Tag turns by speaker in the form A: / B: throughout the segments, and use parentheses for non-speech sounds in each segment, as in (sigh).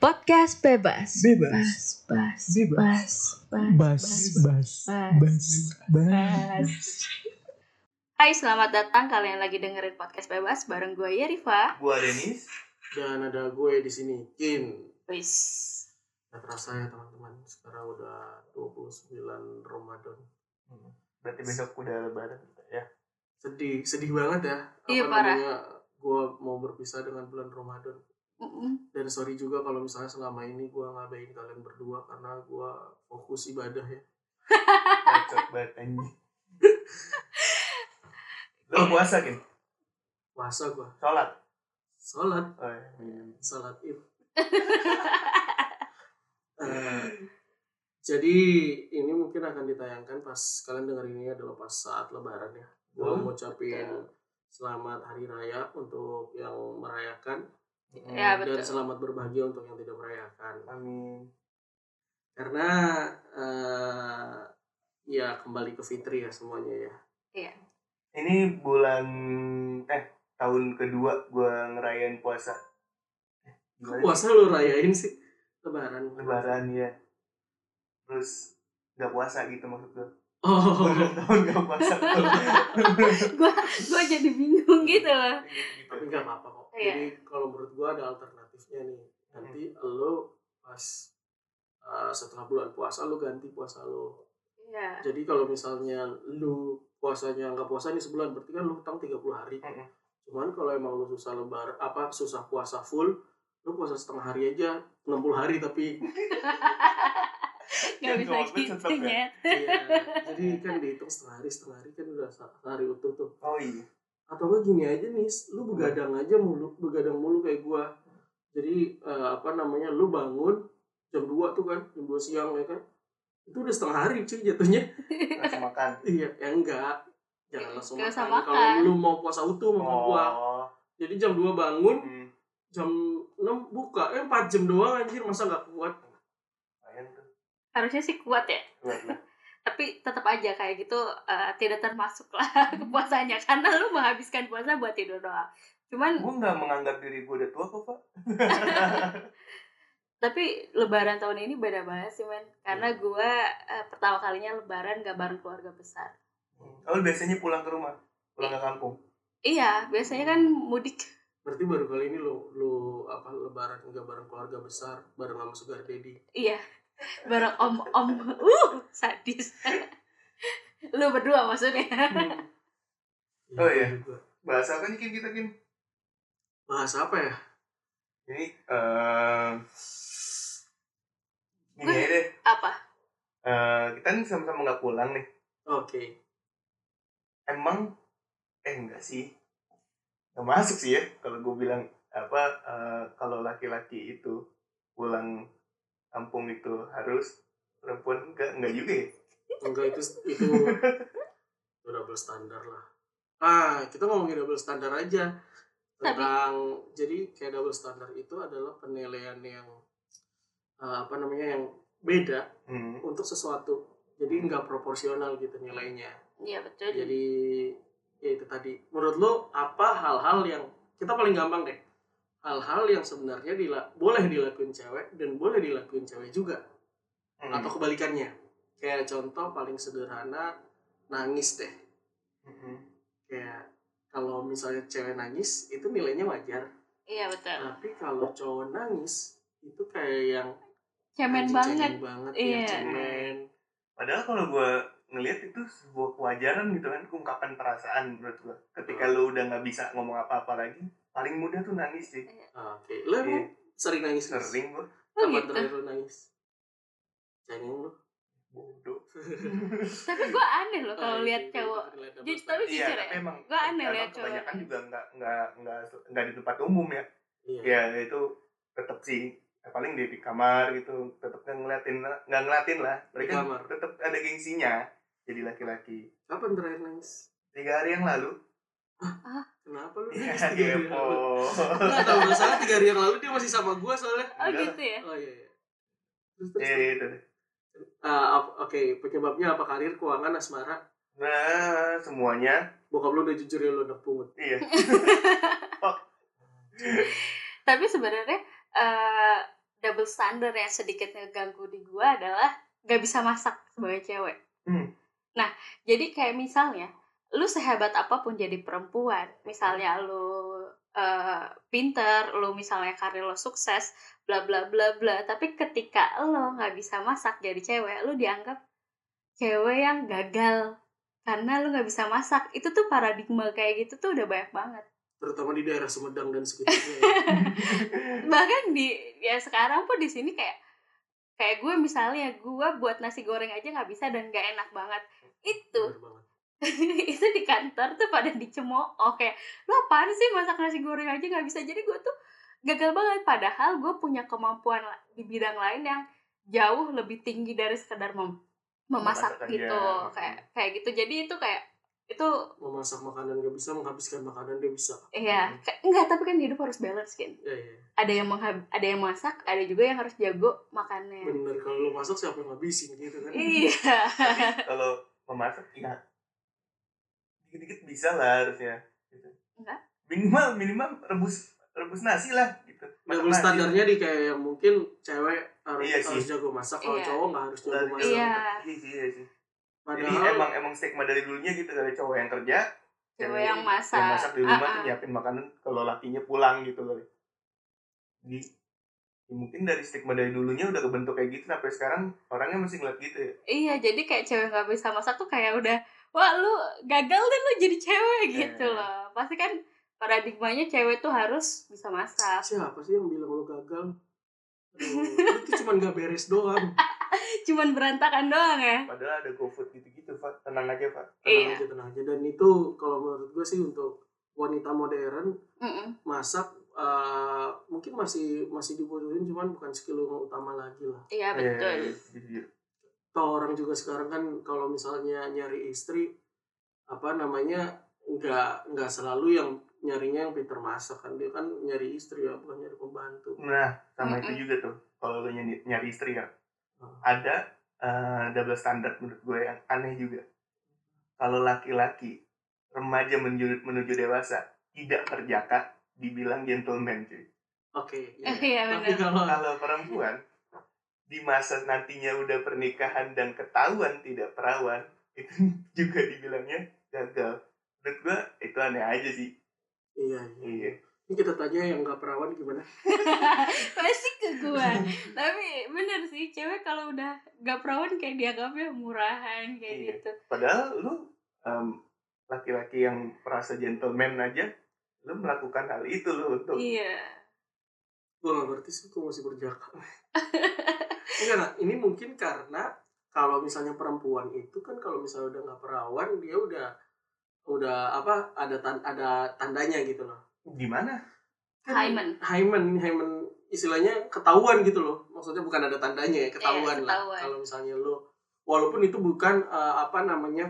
A: podcast bebas.
B: Bebas.
A: Bas, bas,
B: Bebas.
A: bas,
B: Bas, bas, bas, bas.
C: Hai, selamat datang kalian lagi dengerin podcast bebas bareng ya, gue Yerifa.
D: Gua Denis.
E: dan ada gue di sini Kin
C: Wis.
E: nggak terasa ya teman-teman sekarang udah 29 Ramadan
D: Berarti besok udah lebaran ya.
E: sedih sedih banget ya
C: Iya, parah.
E: namanya gue mau berpisah dengan bulan Ramadan
C: Mm-mm. (laughs)
E: dan sorry juga kalau misalnya selama ini gue ngabain kalian berdua karena gue fokus ibadah ya
D: Cocok banget anjing. Lo puasa Kin?
E: puasa gue
D: Sholat?
E: sholat
D: Oh, iya. Hmm.
E: sholat
D: (laughs)
E: id Eh, jadi ini mungkin akan ditayangkan pas kalian denger ini adalah pas saat lebaran ya. Gua
D: Hmm.
E: mau ucapin selamat hari raya untuk yang merayakan
C: Ya,
E: dan
C: betul.
E: selamat berbahagia untuk yang tidak merayakan.
D: Hmm. Amin.
E: Karena eh, ya kembali ke fitri ya semuanya ya.
D: Ini bulan eh tahun kedua gua ngerayain puasa. Eh,
E: Kok
D: gimana
E: puasa lu rayain sih lebaran.
D: sih? lebaran ya. Terus nggak puasa gitu maksud gua. Gua
E: Oh.
D: dua tahun nggak puasa.
C: Gua gua jadi bingung gitu loh.
E: tapi nggak apa-apa kok
C: Iya.
E: jadi kalau menurut gua ada alternatifnya nih nanti lo pas uh, setelah bulan puasa lo ganti puasa lo
C: Iya.
E: jadi kalau misalnya lo puasanya nggak puasa nih sebulan berarti kan lo utang 30 hari
D: Mm-mm.
E: cuman kalau emang lo susah lebar apa susah puasa full lo puasa setengah hari aja 60 hari tapi
C: Gak bisa
D: Jadwalnya
C: gitu
D: tetep ya.
C: ya.
E: iya. jadi kan dihitung setengah hari setengah hari kan udah sehari utuh tuh
D: Oh iya.
E: atau enggak gini aja nih lu begadang aja mulu begadang mulu kayak gua jadi eh, apa namanya lu bangun jam 2 tuh kan jam 2 siang ya kan itu udah setengah hari cuy jatuhnya (laughs)
D: Langsung makan.
E: iya ya enggak jangan
C: Nggak
E: langsung
C: usah
E: makan
C: makan.
E: kalau lu mau puasa utuh makan
D: Oh.
E: gua jadi jam 2 bangun
D: Hmm.
E: jam 6 buka eh 4 jam doang anjir masa nggak kuat
D: Lumayan tuh.
C: Harusnya sih kuat ya.
D: Buat lah.
C: Tapi tetap aja kayak gitu eh, tidak termasuk lah (laughs) puasanya karena lu menghabiskan puasa buat tidur doang. Cuman
D: gue nggak menganggap diri gue udah tua kok pak
C: tapi lebaran tahun ini beda banget sih men karena gua eh, pertama kalinya lebaran gak bareng keluarga besar.
D: oh lu biasanya pulang ke rumah pulang ke kampung
C: Iya, biasanya kan mudik.
E: berarti baru kali ini lu lu apa lebaran enggak bareng keluarga besar bareng sama sugar daddy
C: Iya, bareng om om. Uh, sadis. (laughs) Lu berdua maksudnya.
D: Oh, iya.
E: gua juga.
D: bahasa apa nih Kim, kita Kim?
E: bahas apa ya
D: jadi eh gini aja deh
C: Apa?
D: Eh, kita nih sama-sama nggak pulang nih
E: oke
D: emang eh enggak sih nggak masuk sih ya kalau gue bilang apa eh, kalau laki-laki itu pulang kampung itu harus perempuan enggak enggak juga ya
E: enggak itu itu itu double standar lah ah kita ngomongin double standar aja tentang jadi kayak double standar itu adalah penilaian yang eh, apa namanya yang beda
D: hmm.
E: untuk sesuatu jadi nggak proporsional gitu nilainya
C: Iya betul.
E: jadi ya itu tadi menurut lo apa hal-hal yang kita paling gampang deh hal-hal yang sebenarnya dila- boleh dilakuin cewek dan boleh dilakuin cewek juga
D: Hmm.
E: atau kebalikannya kayak contoh paling sederhana nangis deh
D: Hmm.
E: kayak kalau misalnya cewek nangis itu nilainya wajar
C: Iya betul.
D: Ah,
E: tapi kalau cowok nangis itu kayak yang
C: Cemen
E: anjing
C: banget.
E: cengeng banget
C: Iya.
E: ya cemen
D: Padahal kalau gue ngelihat itu sebuah kewajaran gitu kan ungkapan perasaan menurut gue. Ketika lu udah nggak bisa ngomong apa-apa lagi, paling mudah tuh nangis sih.
E: oke lo emang sering nangis Nis?
D: Iya. Sering gue
C: Oh,
E: kapan
C: gitu.
E: terakhir lo nangis cengeng lo
D: bodoh.
C: Tapi gua aneh loh
E: Oh,
C: kalau
E: iya,
C: lihat cowok. Jadi, tapi
D: Oh, Iya,
C: jujur
D: tapi
C: ya.
D: emang
C: Gua aneh
D: emang
C: liat cowok. Oh,
D: kebanyakan juga nggak nggak nggak nggak di tempat umum ya.
E: iya
D: Ya itu tetap sih Ya, paling di, di kamar gitu tetap nggak ngeliatin nggak ngeliatin lah mereka
E: kamar.
D: tetap ada gengsinya jadi laki-laki
E: kapan terakhir nangis
D: tiga hari yang lalu
E: kenapa lo
D: (laughs) ya
E: nangis Iya, tiga hari yang
D: kepo
E: lalu? nggak tahu nggak salah tiga hari yang lalu dia masih sama gue soalnya
C: Oh gitu ya.
E: oh iya iya Terus, terus,
D: ya
E: terus.
D: itu deh.
E: Ah, ap- oke penyebabnya apa karir keuangan asmara
D: nah semuanya
E: bokap lu udah jujur ya lu udah pungut
C: (laughs)
D: Iya.
C: Tapi sebenarnya eh double standar yang sedikit ngeganggu di gua adalah gak bisa masak sebagai cewek.
D: Hmm.
C: Nah, jadi kayak misalnya, lu sehebat apapun jadi perempuan, misalnya lu eh, pinter, lu misalnya karir lo sukses, bla bla bla bla, tapi ketika lo nggak bisa masak jadi cewek, lu dianggap cewek yang gagal karena lu nggak bisa masak. Itu tuh paradigma kayak gitu tuh udah banyak banget.
E: terutama di daerah Sumedang dan sekitarnya.
C: bahkan di ya sekarang pun di sini kayak kayak gue misalnya gue buat nasi goreng aja nggak bisa dan nggak enak banget (laughs) itu
E: Bener banget.
C: (laughs) itu di kantor tuh pada dicemooh kayak lu apaan sih masak nasi goreng aja nggak bisa jadi gue tuh gagal banget padahal gue punya kemampuan la- di bidang lain yang jauh lebih tinggi dari sekedar mem- memasak
D: Memasak aja.
C: gitu kayak kayak gitu jadi itu kayak itu
E: Memasak makanan gak bisa, menghabiskan makanan dia bisa.
C: ya kayak- enggak tapi kan hidup harus balance kan
E: Ya, ya.
C: ada yang menghab- ada yang masak, ada juga yang harus jago makannya.
E: Bener, kalau lo masak siapa yang ngabisin gitu kan.
C: Iya.
D: (laughs) kalau memasak ya dikit-dikit bisa lah harusnya gitu.
C: Enggak.
D: minimal minimal rebus rebus nasi lah gitu Masak
E: Double
D: nasi.
E: standarnya di kayak yang mungkin cewek harus,
D: Iya sih.
E: harus jago masak, kalau
C: Iya.
E: cowok gak harus jago
D: Iya.
E: masak.
C: iya.
D: Iya sih, iya sih. jadi
E: Padahal
D: emang emang stigma dari dulunya gitu dari cowok yang kerja
C: Cewek yang masak.
D: yang masak di rumah tuh ya?
C: Ah, ah.
D: nyiapin makanan kalau lakinya pulang gitu loh jadi ya mungkin dari stigma dari dulunya udah kebentuk kayak gitu sampai sekarang orangnya masih ngeliat gitu ya
C: Iya, jadi kayak cewek nggak bisa masak tuh kayak udah, wah lu gagal deh lu jadi cewek
D: Iya.
C: gitu loh. Pasti kan paradigmanya cewek tuh harus bisa masak. (laughs)
E: siapa sih yang bilang lo gagal? Aduh, itu cuman gak beres doang.
C: Cuman berantakan doang ya.
D: padahal ada GoFood gitu-gitu Pak tenang aja Pak
E: Tenang
C: Iya.
E: aja, tenang aja. Dan itu kalau menurut gue sih untuk wanita modern
C: Mm-mm.
E: masak eh, mungkin masih masih dibutuhin cuman bukan skill lo utama lagi lah.
C: Iya betul.
D: Iya, iya, iya.
E: Toh orang juga sekarang kan kalau misalnya nyari istri apa namanya nggak nggak selalu yang nyarinya yang pinter masak kan dia kan nyari istri ya bukan nyari pembantu.
D: Nah, sama
C: Mm-mm.
D: itu juga tuh. Kalau lu nyari, nyari istri ya, ada eh, double standard menurut gue yang aneh juga. Kalau laki-laki remaja menuju, menuju dewasa tidak kerjaka dibilang gentleman cuy.
E: Oke.
C: Iya,
E: (laughs) iya. Tapi
C: benar.
D: kan
C: (laughs)
E: kalau
D: Kalau perempuan di masa nantinya udah pernikahan dan ketahuan tidak perawan (laughs) itu juga dibilangnya gagal. Menurut gue itu aneh aja sih.
E: iya,
D: Iya.
E: Ini kita tanya yang nggak perawan gimana?
C: Masih ke gua.
D: (laughs)
C: Tapi bener sih, cewek kalau udah gak perawan kayak dianggapnya murahan kayak
D: Iya.
C: gitu.
D: Padahal lu em, laki-laki yang merasa gentleman aja, lu melakukan hal itu lu untuk
C: Iya.
E: Gue nggak ngerti sih, gue
C: (laughs)
E: masih berjaka. Enggak lah, ini mungkin karena kalau misalnya perempuan itu kan kalau misalnya udah nggak perawan dia udah udah apa ada tan- ada tandanya gitu loh.
D: gimana? Kan
C: Hymen.
E: Hymen, hymen istilahnya ketahuan gitu loh. Maksudnya bukan ada tandanya ya, ketahuan,
C: Iya,
E: lah.
C: ketahuan.
E: Kalau misalnya lo walaupun itu bukan eh, apa namanya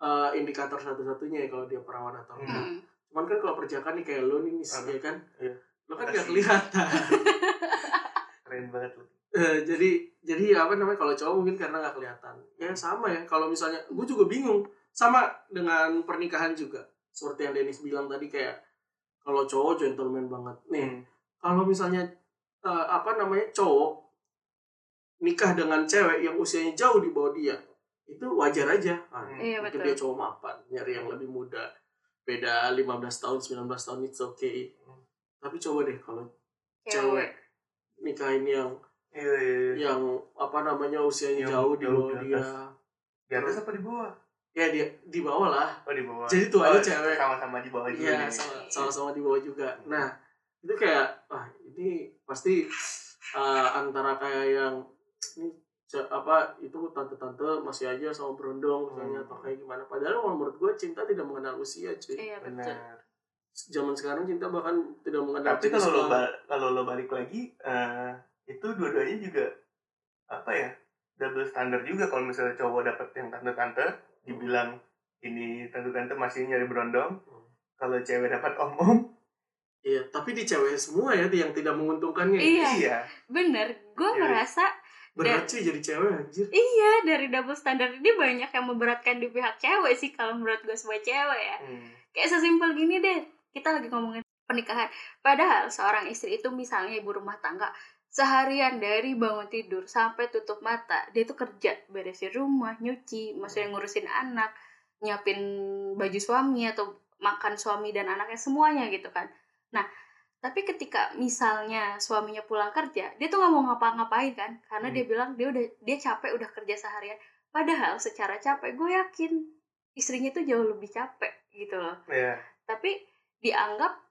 E: eh, indikator satu-satunya ya kalau dia perawan atau enggak.
C: Mm.
E: Cuman kan kalau perjakan nih kayak lo nih Nis,
D: Hmm. Apa?
E: ya kan?
D: Iya.
E: Lo kan
D: Makasih.
E: gak kelihatan.
D: Keren banget lu.
E: Eh, jadi jadi apa namanya kalau cowok mungkin karena nggak kelihatan. Ya sama ya. Kalau misalnya gue juga bingung sama dengan pernikahan juga. Seperti yang Dennis bilang tadi kayak kalau cowok gentleman banget nih.
D: Hmm.
E: Kalau misalnya eh, apa namanya cowok nikah dengan cewek yang usianya jauh di bawah dia itu wajar aja. Ah,
D: Hmm.
C: Iya
E: mungkin
C: betul.
E: dia cowok mapan nyari yang lebih muda beda 15 tahun 19 tahun it's okay
D: Hmm.
E: tapi coba deh kalau cewek nikahin yang
D: Iya, iya, iya.
E: yang apa namanya usianya
D: Yang
E: jauh di
D: jauh
E: bawah
D: di
E: dia
D: atas. Di atas apa di bawah?
E: ya dia di bawah lah
D: Oh, di bawah.
E: Jadi tuanya
D: Oh,
E: cewek.
D: Sama-sama di bawah Hmm. juga.
E: iya
D: nih.
E: sama- sama-sama di bawah juga nah itu kayak wah ini pasti eh, antara kayak yang ini ce- apa itu tante-tante masih aja sama berondong misalnya
D: Hmm.
E: atau kayak gimana padahal kalau menurut gue cinta tidak mengenal usia cuy
C: Iya betul.
D: Benar.
E: zaman sekarang cinta bahkan tidak mengenal
D: Tapi kalau
E: jenis
D: lo
E: kelamin.
D: ba- kalau lo balik lagi eh, itu dua-duanya juga apa ya? Double standar juga kalau misalnya cowok dapet yang
E: Hmm.
D: tante-tante dibilang ini tante-tante masih nyari berondong.
E: Hmm.
D: Kalau cewek dapat om-om,
E: iya tapi di cewek semua ya yang tidak menguntungkannya
C: Iya.
D: iya.
C: Bener, gue
D: Iya.
C: merasa
E: berat cuy jadi cewek anjir
C: iya dari double standard ini banyak yang memberatkan di pihak cewek sih kalau menurut gue sebagai cewek ya.
D: Hmm.
C: Kayak sesimpel gini deh, kita lagi ngomongin pernikahan. Padahal seorang istri itu misalnya ibu rumah tangga seharian dari bangun tidur sampai tutup mata dia tuh kerja beresin rumah nyuci maksudnya ngurusin anak nyiapin baju suami atau makan suami dan anaknya semuanya gitu kan nah tapi ketika misalnya suaminya pulang kerja dia tuh nggak mau ngapa-ngapain kan karena
E: Hmm.
C: dia bilang dia udah dia capek udah kerja seharian padahal secara capek gue yakin istrinya tuh jauh lebih capek gitu loh
D: ya
C: tapi dianggap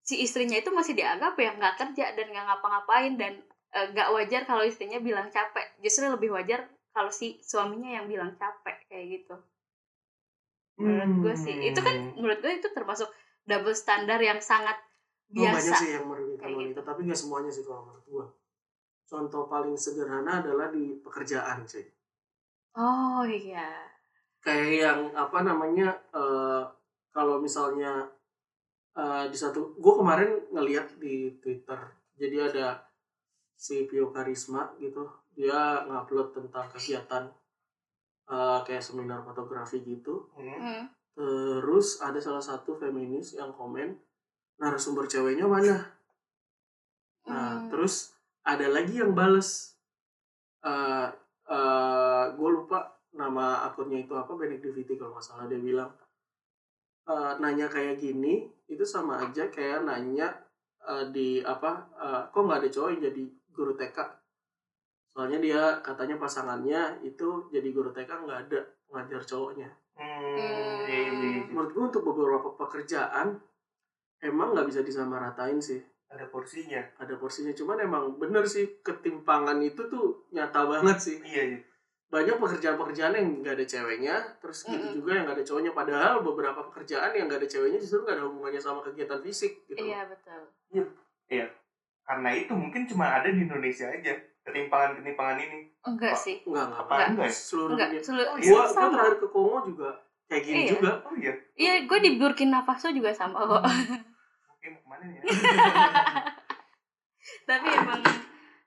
C: si istrinya itu masih dianggap ya nggak kerja dan nggak ngapa-ngapain dan eh, nggak wajar kalau istrinya bilang capek justru lebih wajar kalau si suaminya yang bilang capek kayak gitu menurut gue sih
E: Hmm.
C: itu
D: Hmm.
C: kan menurut gue itu termasuk double standar yang sangat
E: Oh, banyak
C: biasa
E: sih yang merugikan
C: Kayak gitu.
E: wanita, tapi nggak semuanya sih kalau menurut gua. Contoh paling sederhana adalah di pekerjaan sih.
C: oh iya
E: Kayak yang apa namanya eh, kalau misalnya eh, di satu, gua kemarin ngeliat di Twitter, jadi ada si Pio Karisma gitu, dia ngupload tentang kegiatan eh, kayak seminar fotografi gitu.
D: Hmm.
C: Hmm.
E: Terus ada salah satu feminis yang komen narasumber ceweknya mana? Nah,
C: Hmm.
E: terus ada lagi yang bales. eh gue lupa nama akunnya itu apa, Benedictivity kalau nggak salah dia bilang. eh, nanya kayak gini, itu sama aja kayak nanya eh, di apa, eh, kok nggak ada cowok yang jadi guru TK? Soalnya dia katanya pasangannya itu jadi guru TK nggak ada ngajar cowoknya
D: Hmm. Iya, iya, iya,
C: Hmm.
D: iya.
E: menurut gue untuk beberapa pekerjaan emang nggak bisa disamaratain sih
D: ada porsinya
E: ada porsinya cuman emang bener sih ketimpangan itu tuh nyata banget sih
D: iya iya
E: banyak pekerjaan-pekerjaan yang nggak ada ceweknya terus gitu
C: Mm-mm.
E: juga yang nggak ada cowoknya padahal beberapa pekerjaan yang nggak ada ceweknya justru nggak ada hubungannya sama kegiatan fisik gitu
C: iya betul
D: karena itu mungkin cuma ada di Indonesia aja ketimpangan ketimpangan ini
C: enggak
D: Wah.
C: sih
E: nggak nggak
D: apa enggak ya
E: seluruh
C: enggak
E: dunia
C: selu-
D: Oh, iya.
E: gua, gua
C: sama.
E: terakhir ke Kongo juga kayak gini
C: Iya.
E: juga
D: oh iya
C: iya gue di Burkina Faso juga sama kok
E: Hmm.
D: oke mau kemana ya
C: (laughs) tapi emang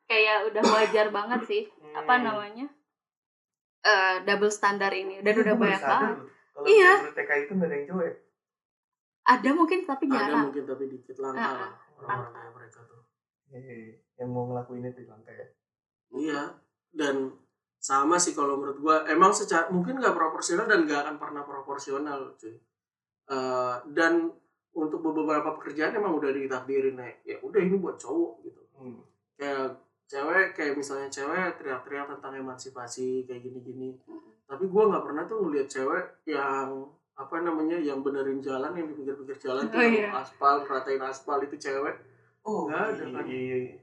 C: kayak udah wajar banget sih apa
D: Hmm.
C: namanya Eh, double standar ini dan
D: Iya,
C: udah
D: gua baru
C: banyak
D: sadar
C: banget
D: loh. Kalau
C: Iya.
D: di TK itu nggak ada yang cowok ya?
C: ada mungkin tapi
E: ada
C: jarang
E: mungkin tapi dikit langka
C: Ah,
E: lah orang-orang kayak mereka tuh
C: Iya,
D: Hehehe. yang mau ngelakuin itu langka ya.
E: Iya, dan sama sih kalau menurut gua emang secara mungkin nggak proporsional dan nggak akan pernah proporsional cuy. Eh, dan untuk beberapa pekerjaan emang udah ditakdirin ya, ya udah ini buat cowok gitu.
D: Hmm.
E: Kayak cewek kayak misalnya cewek teriak-teriak tentang emansipasi kayak gini-gini. Tapi gua nggak pernah tuh ngeliat cewek yang apa namanya yang benerin jalan yang di pinggir-pinggir jalan tuh
C: Oh, iya.
E: yang aspal ratain aspal itu cewek
D: Oh,
E: Nggak ada kan?
D: Iya, iya, iya.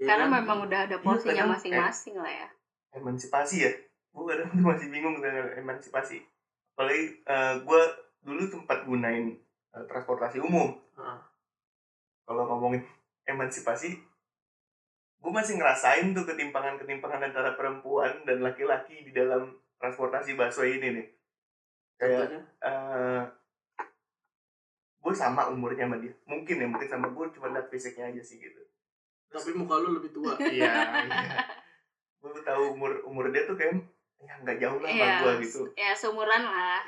E: ya
C: karena
E: kan?
C: memang udah ada porsinya
D: kadang-
C: masing-masing lah ya
D: Emansipasi ya? Gue kadang tuh masih bingung dengan emansipasi. Apalagi gue dulu sempat gunain eh, transportasi umum.
E: Heeh.
D: Kalau ngomongin emansipasi, gue masih ngerasain tuh ketimpangan-ketimpangan antara perempuan dan laki-laki di dalam transportasi bakso ini nih. Kayak
E: Contohnya,
D: gue sama umurnya sama dia mungkin ya mungkin sama gue cuma lihat fisiknya aja sih gitu
E: tapi muka lu lebih
C: (laughs)
E: tua.
D: iya iya gue tahu umur umur dia tuh kayak ya nggak jauh lah sama
C: Iya,
D: gue gitu
C: ya seumuran lah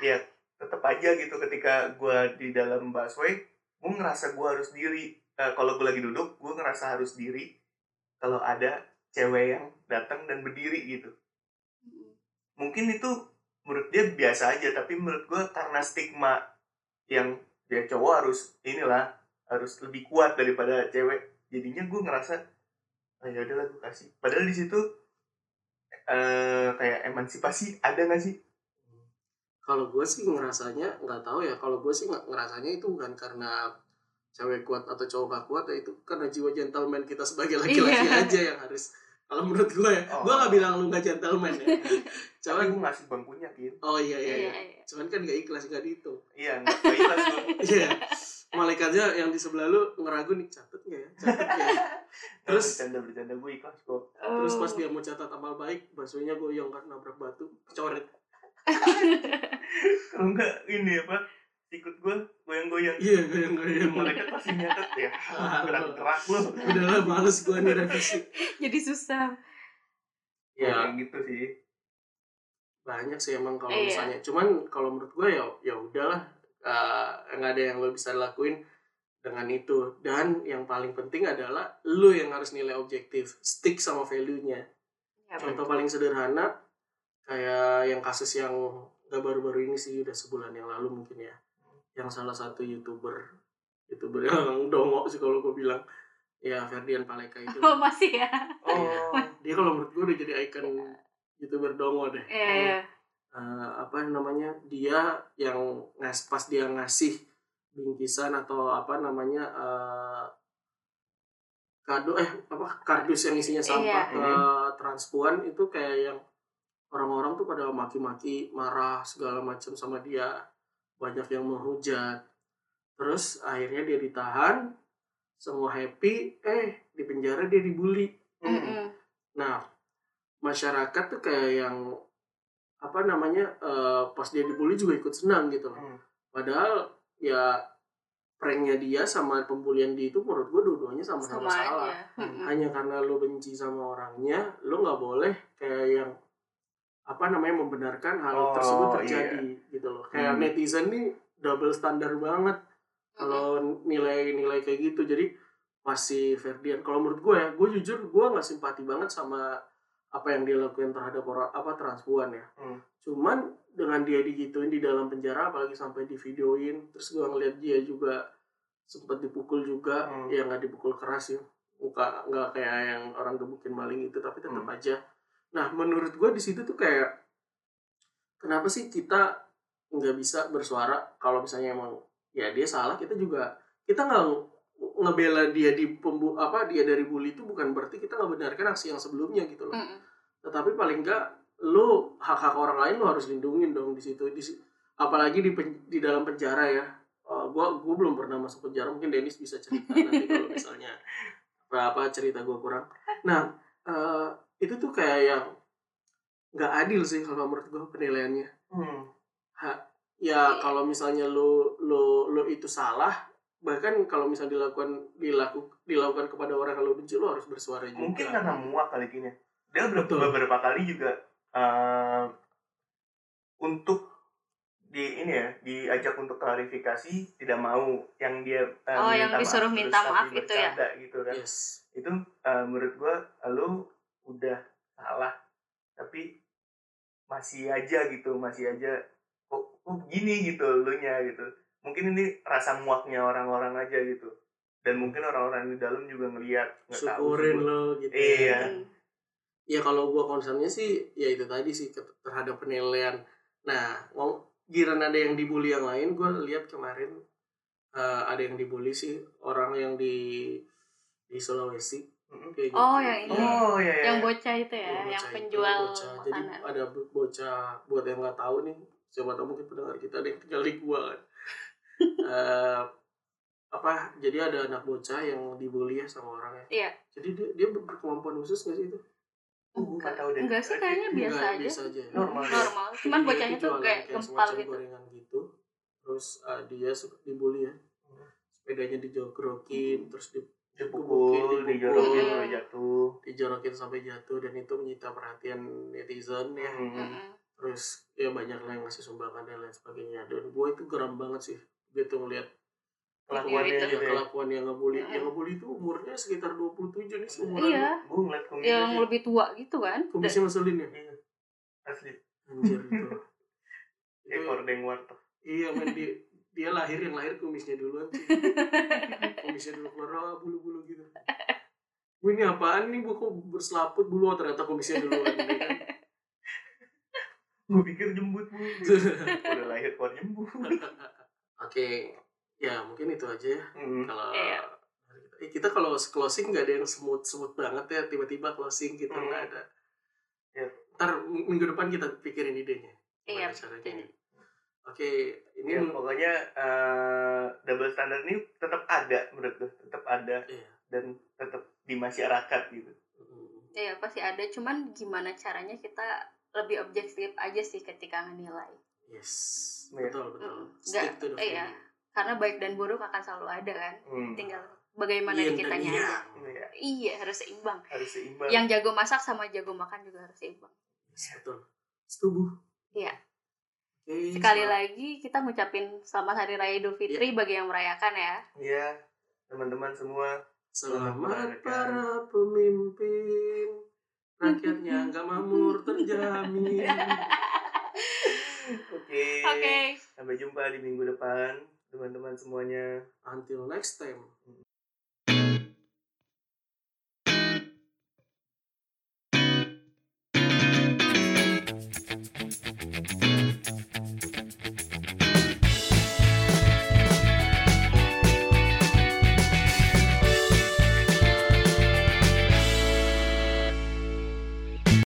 D: tetap aja gitu ketika gue di dalam busway gue ngerasa gue harus diri Eh, kalau gue lagi duduk gue ngerasa harus diri kalau ada cewek yang datang dan berdiri gitu mungkin itu menurut dia biasa aja tapi menurut gue karena stigma yang dia cowok harus inilah harus lebih kuat daripada cewek jadinya gue ngerasa ah, ya udahlah gue kasih padahal di situ eh kayak emansipasi ada nggak sih
E: kalau gue sih ngerasanya nggak tahu ya kalau gue sih nggak ngerasanya itu bukan karena cewek kuat atau cowok gak kuat ya itu karena jiwa gentleman kita sebagai laki-laki
C: Iya.
E: aja yang harus kalau menurut gue ya
D: Oh.
E: gue nggak bilang lu nggak
C: (laughs)
E: gentleman ya
D: tapi
E: cuman
D: gue ngasih bangkunya gitu
E: oh iya iya,
C: Iya,
E: iya.
C: iya.
E: cuman kan nggak ikhlas nggak dihitung (laughs)
D: iya nggak nggak ikhlas gue
E: iya malaikatnya yang di sebelah lu ngeragu nih catet nggak ya catet nggak
C: (laughs)
E: ya
D: terus
E: Terus-
D: bercanda bercanda gue ikhlas kok
E: terus
C: Oh,
E: pas dia mau catat amal baik baksonya gue yang kan nabrak batu coret
D: kalau nggak ini apa ikut gue goyang-goyang
E: iya goyang
C: (laughs)
E: goyang
D: malaikat pasti nyatet ya gerak-gerak lo
E: udah lah males gue nih revisi
C: (laughs) jadi susah
E: Iya.
D: ya kayak gitu sih
E: banyak sih emang kalau
C: Iya.
E: misalnya cuman kalau menurut gue ya ya udahlah eh, nggak ada yang lo bisa lakuin dengan itu dan yang paling penting adalah lu yang harus nilai objektif stick sama value-nya
C: Ya,
E: contoh paling sederhana kayak yang kasus yang udah baru-baru ini sih udah sebulan yang lalu mungkin ya yang salah satu youtuber youtuber yang (laughs) dongok sih kalau gue bilang ya Ferdian
C: (laughs)
E: Paleka itu
C: Oh, masih ya?
E: Oh, dia kalau menurut gue udah jadi ikon youtuber dongo deh.
C: Iya, iya.
E: Eh, apa namanya? Dia yang ngas pas dia ngasih bingkisan atau apa namanya eh kado eh apa kardus yang isinya
C: Iya.
E: sampah ke transpuan itu kayak yang orang-orang tuh pada maki-maki marah segala macam sama dia banyak yang menghujat terus akhirnya dia ditahan semua happy eh di penjara dia dibully
C: Mm-mm.
E: Nah, masyarakat tuh kayak yang apa namanya eh, pas dia dibully juga ikut senang gitu loh.
D: Hmm.
E: Padahal ya pranknya dia sama pembulian dia itu menurut gue dua-duanya
C: Sama
E: sama-sama salah.
C: aja. ya.
D: Hmm.
C: Mm-mm.
E: Hmm. Hanya karena lo benci sama orangnya, lo nggak boleh kayak yang apa namanya membenarkan hal
D: Oh,
E: tersebut terjadi gitu loh. Kayak
D: Hmm.
E: netizen nih double standar banget kalau nilai-nilai kayak gitu jadi masih Ferdian kalau menurut gue ya gue jujur gue nggak simpati banget sama apa yang dia lakuin terhadap orang apa transpuan ya
D: Hmm.
E: cuman dengan dia digituin di dalam penjara apalagi sampai di videoin terus gue ngeliat dia juga sempat dipukul juga
D: Hmm.
E: ya nggak dipukul keras ya muka nggak kayak yang orang gebukin maling itu tapi tetap
D: Hmm.
E: aja nah menurut gue di situ tuh kayak kenapa sih kita nggak bisa bersuara kalau misalnya emang ya dia salah kita juga kita nggak ngebela dia di pembu apa dia dari bully itu bukan berarti kita nggak benarkan aksi yang sebelumnya gitu loh
C: Mm-mm.
E: tetapi paling enggak lu hak hak orang lain lu harus lindungin dong di situ di si- apalagi di pen- di dalam penjara ya Eh, gua gua belum pernah masuk penjara mungkin Dennis bisa cerita nanti kalau misalnya apa apa cerita gua kurang nah eh, itu tuh kayak yang nggak adil sih kalau menurut gua penilaiannya
D: Hmm.
C: Iya.
E: ya kalau misalnya lo lo lo itu salah bahkan kalau misalnya dilakukan dilaku, dilakukan kepada orang yang lo benci lo harus bersuara juga
D: mungkin karena muak kali kayaknya dia ber-
E: Betul.
D: beberapa kali juga eh, untuk di ini ya diajak untuk klarifikasi tidak mau yang dia eh,
C: Oh, yang disuruh
D: terus
C: minta
D: tapi
C: maaf itu ya?
D: bercanda gitu kan
E: yes
D: itu eh, menurut gua lu udah salah tapi masih aja gitu masih aja kok kok begini gitu lu nya gitu mungkin ini rasa muaknya orang-orang aja gitu dan mungkin orang-orang di dalam juga ngelihat nggak tahu
E: syukurin
D: juga.
E: lo gitu
D: Iya.
E: ya. ya kalau gua concernnya sih ya itu tadi sih ke- terhadap penilaian nah ngom- giran ada yang dibully yang lain gua lihat kemarin eh, ada yang dibully sih orang yang di di Sulawesi
D: Mm-mm.
E: kayak
C: Oh, yang ini.
E: Ya.
D: oh ya, ya.
C: Yang bocah itu ya,
E: Iya, Bocah
C: yang
E: itu,
C: penjual
E: bocah. jadi
C: makanan.
E: ada bo- bocah buat yang nggak tahu nih siapa tahu mungkin pendengar kita ada yang tinggal di gua
C: (laughs)
E: kan Eh, apa jadi ada anak bocah yang dibully ya sama orangnya
C: Iya.
E: jadi dia, dia ber- berkemampuan khusus nggak sih itu
D: Enggak tahu deh.
C: Enggak sih, kayaknya biasa
E: Nggak,
C: aja.
E: biasa aja ya?
D: Normal.
C: Normal. Cuman
E: Jadi dia
C: bocahnya
E: itu
C: tuh
E: jualan
C: kayak
E: semacam
C: gempal gitu.
E: gorengan gitu terus eh, dia suka dibully ya sepedanya dijogrokin terus di-
D: dipukul,
E: Dipukul,
D: dijorokin,
C: dipukul.
D: sampai jatuh.
E: dijorokin sampai jatuh dan itu menyita perhatian netizen ya
D: Hmm.
C: Mm-mm.
E: terus ya banyak lah yang ngasih sumbangan dan lain sebagainya dan gue itu geram banget sih gue tuh ngeliat
D: Kelakuannya
C: Iya,
E: ya,
D: gitu ya.
E: kelakuan yang ngebully
C: Mm-mm.
E: yang ngebully itu umurnya sekitar 27 nih seumuran
C: Iya,
D: Gue ngeliat komedi
C: yang
E: iya.
D: sih.
C: lebih tua gitu kan.
E: lu. kumisnya ngeselin ya
D: Iya. Asli.
E: anjir itu (laughs) Itu-
D: Ekor deng warteg.
E: iya men dia, dia lahir yang lahir kumisnya duluan (laughs) sih kumisnya dulu keluar oh, bulu-bulu gitu gue ini apaan nih gue kok berselaput bulu oh, ternyata kumisnya duluan ya kan?
D: Gue pikir jembut bu.
E: gitu.
D: Udah lahir keluar jembut.
E: (laughs) oke ya mungkin itu aja ya
D: Hmm.
E: kalau
C: Iya.
E: Eh, kita kalau closing nggak ada yang smooth smooth banget ya tiba-tiba closing gitu
D: Hmm.
E: nggak ada
D: Ya.
E: ntar m- minggu depan kita pikirin idenya
C: Iya,
E: Gimana caranya.
C: jadi.
E: oke ini
D: Ya, pokoknya eh, double standard ini tetap ada menurut gue, tetap ada
E: Iya.
D: dan tetap di masyarakat gitu.
E: Mm,
C: Iya, pasti ada. Cuman gimana caranya kita lebih objektif aja sih ketika menilai.
E: yes
D: Iya.
E: betul betul
C: Mm.
E: stick
C: Nggak,
E: to the
C: eh, iya.
E: value.
C: Karena baik dan buruk akan selalu ada kan.
D: Hmm.
C: Tinggal bagaimana di
E: Yin dan
C: kitanya
E: yang.
C: aja.
D: Ya,
C: Iya, harus seimbang.
D: harus seimbang.
C: Yang jago masak sama jago makan juga harus seimbang.
E: Yes, betul setuju
C: Iya.
E: Oke,
C: Sekali
E: selamat-
C: lagi kita ngucapin selamat hari raya Idul Fitri bagi yang merayakan ya.
D: Iya. teman-teman semua
E: Selamat
D: Selamat
E: para pemimpin. Rakyatnya nggak mamur
C: (laughs)
E: terjamin.
D: oke
C: Oke.
D: sampai jumpa di minggu depan teman-teman semuanya
E: Until next time.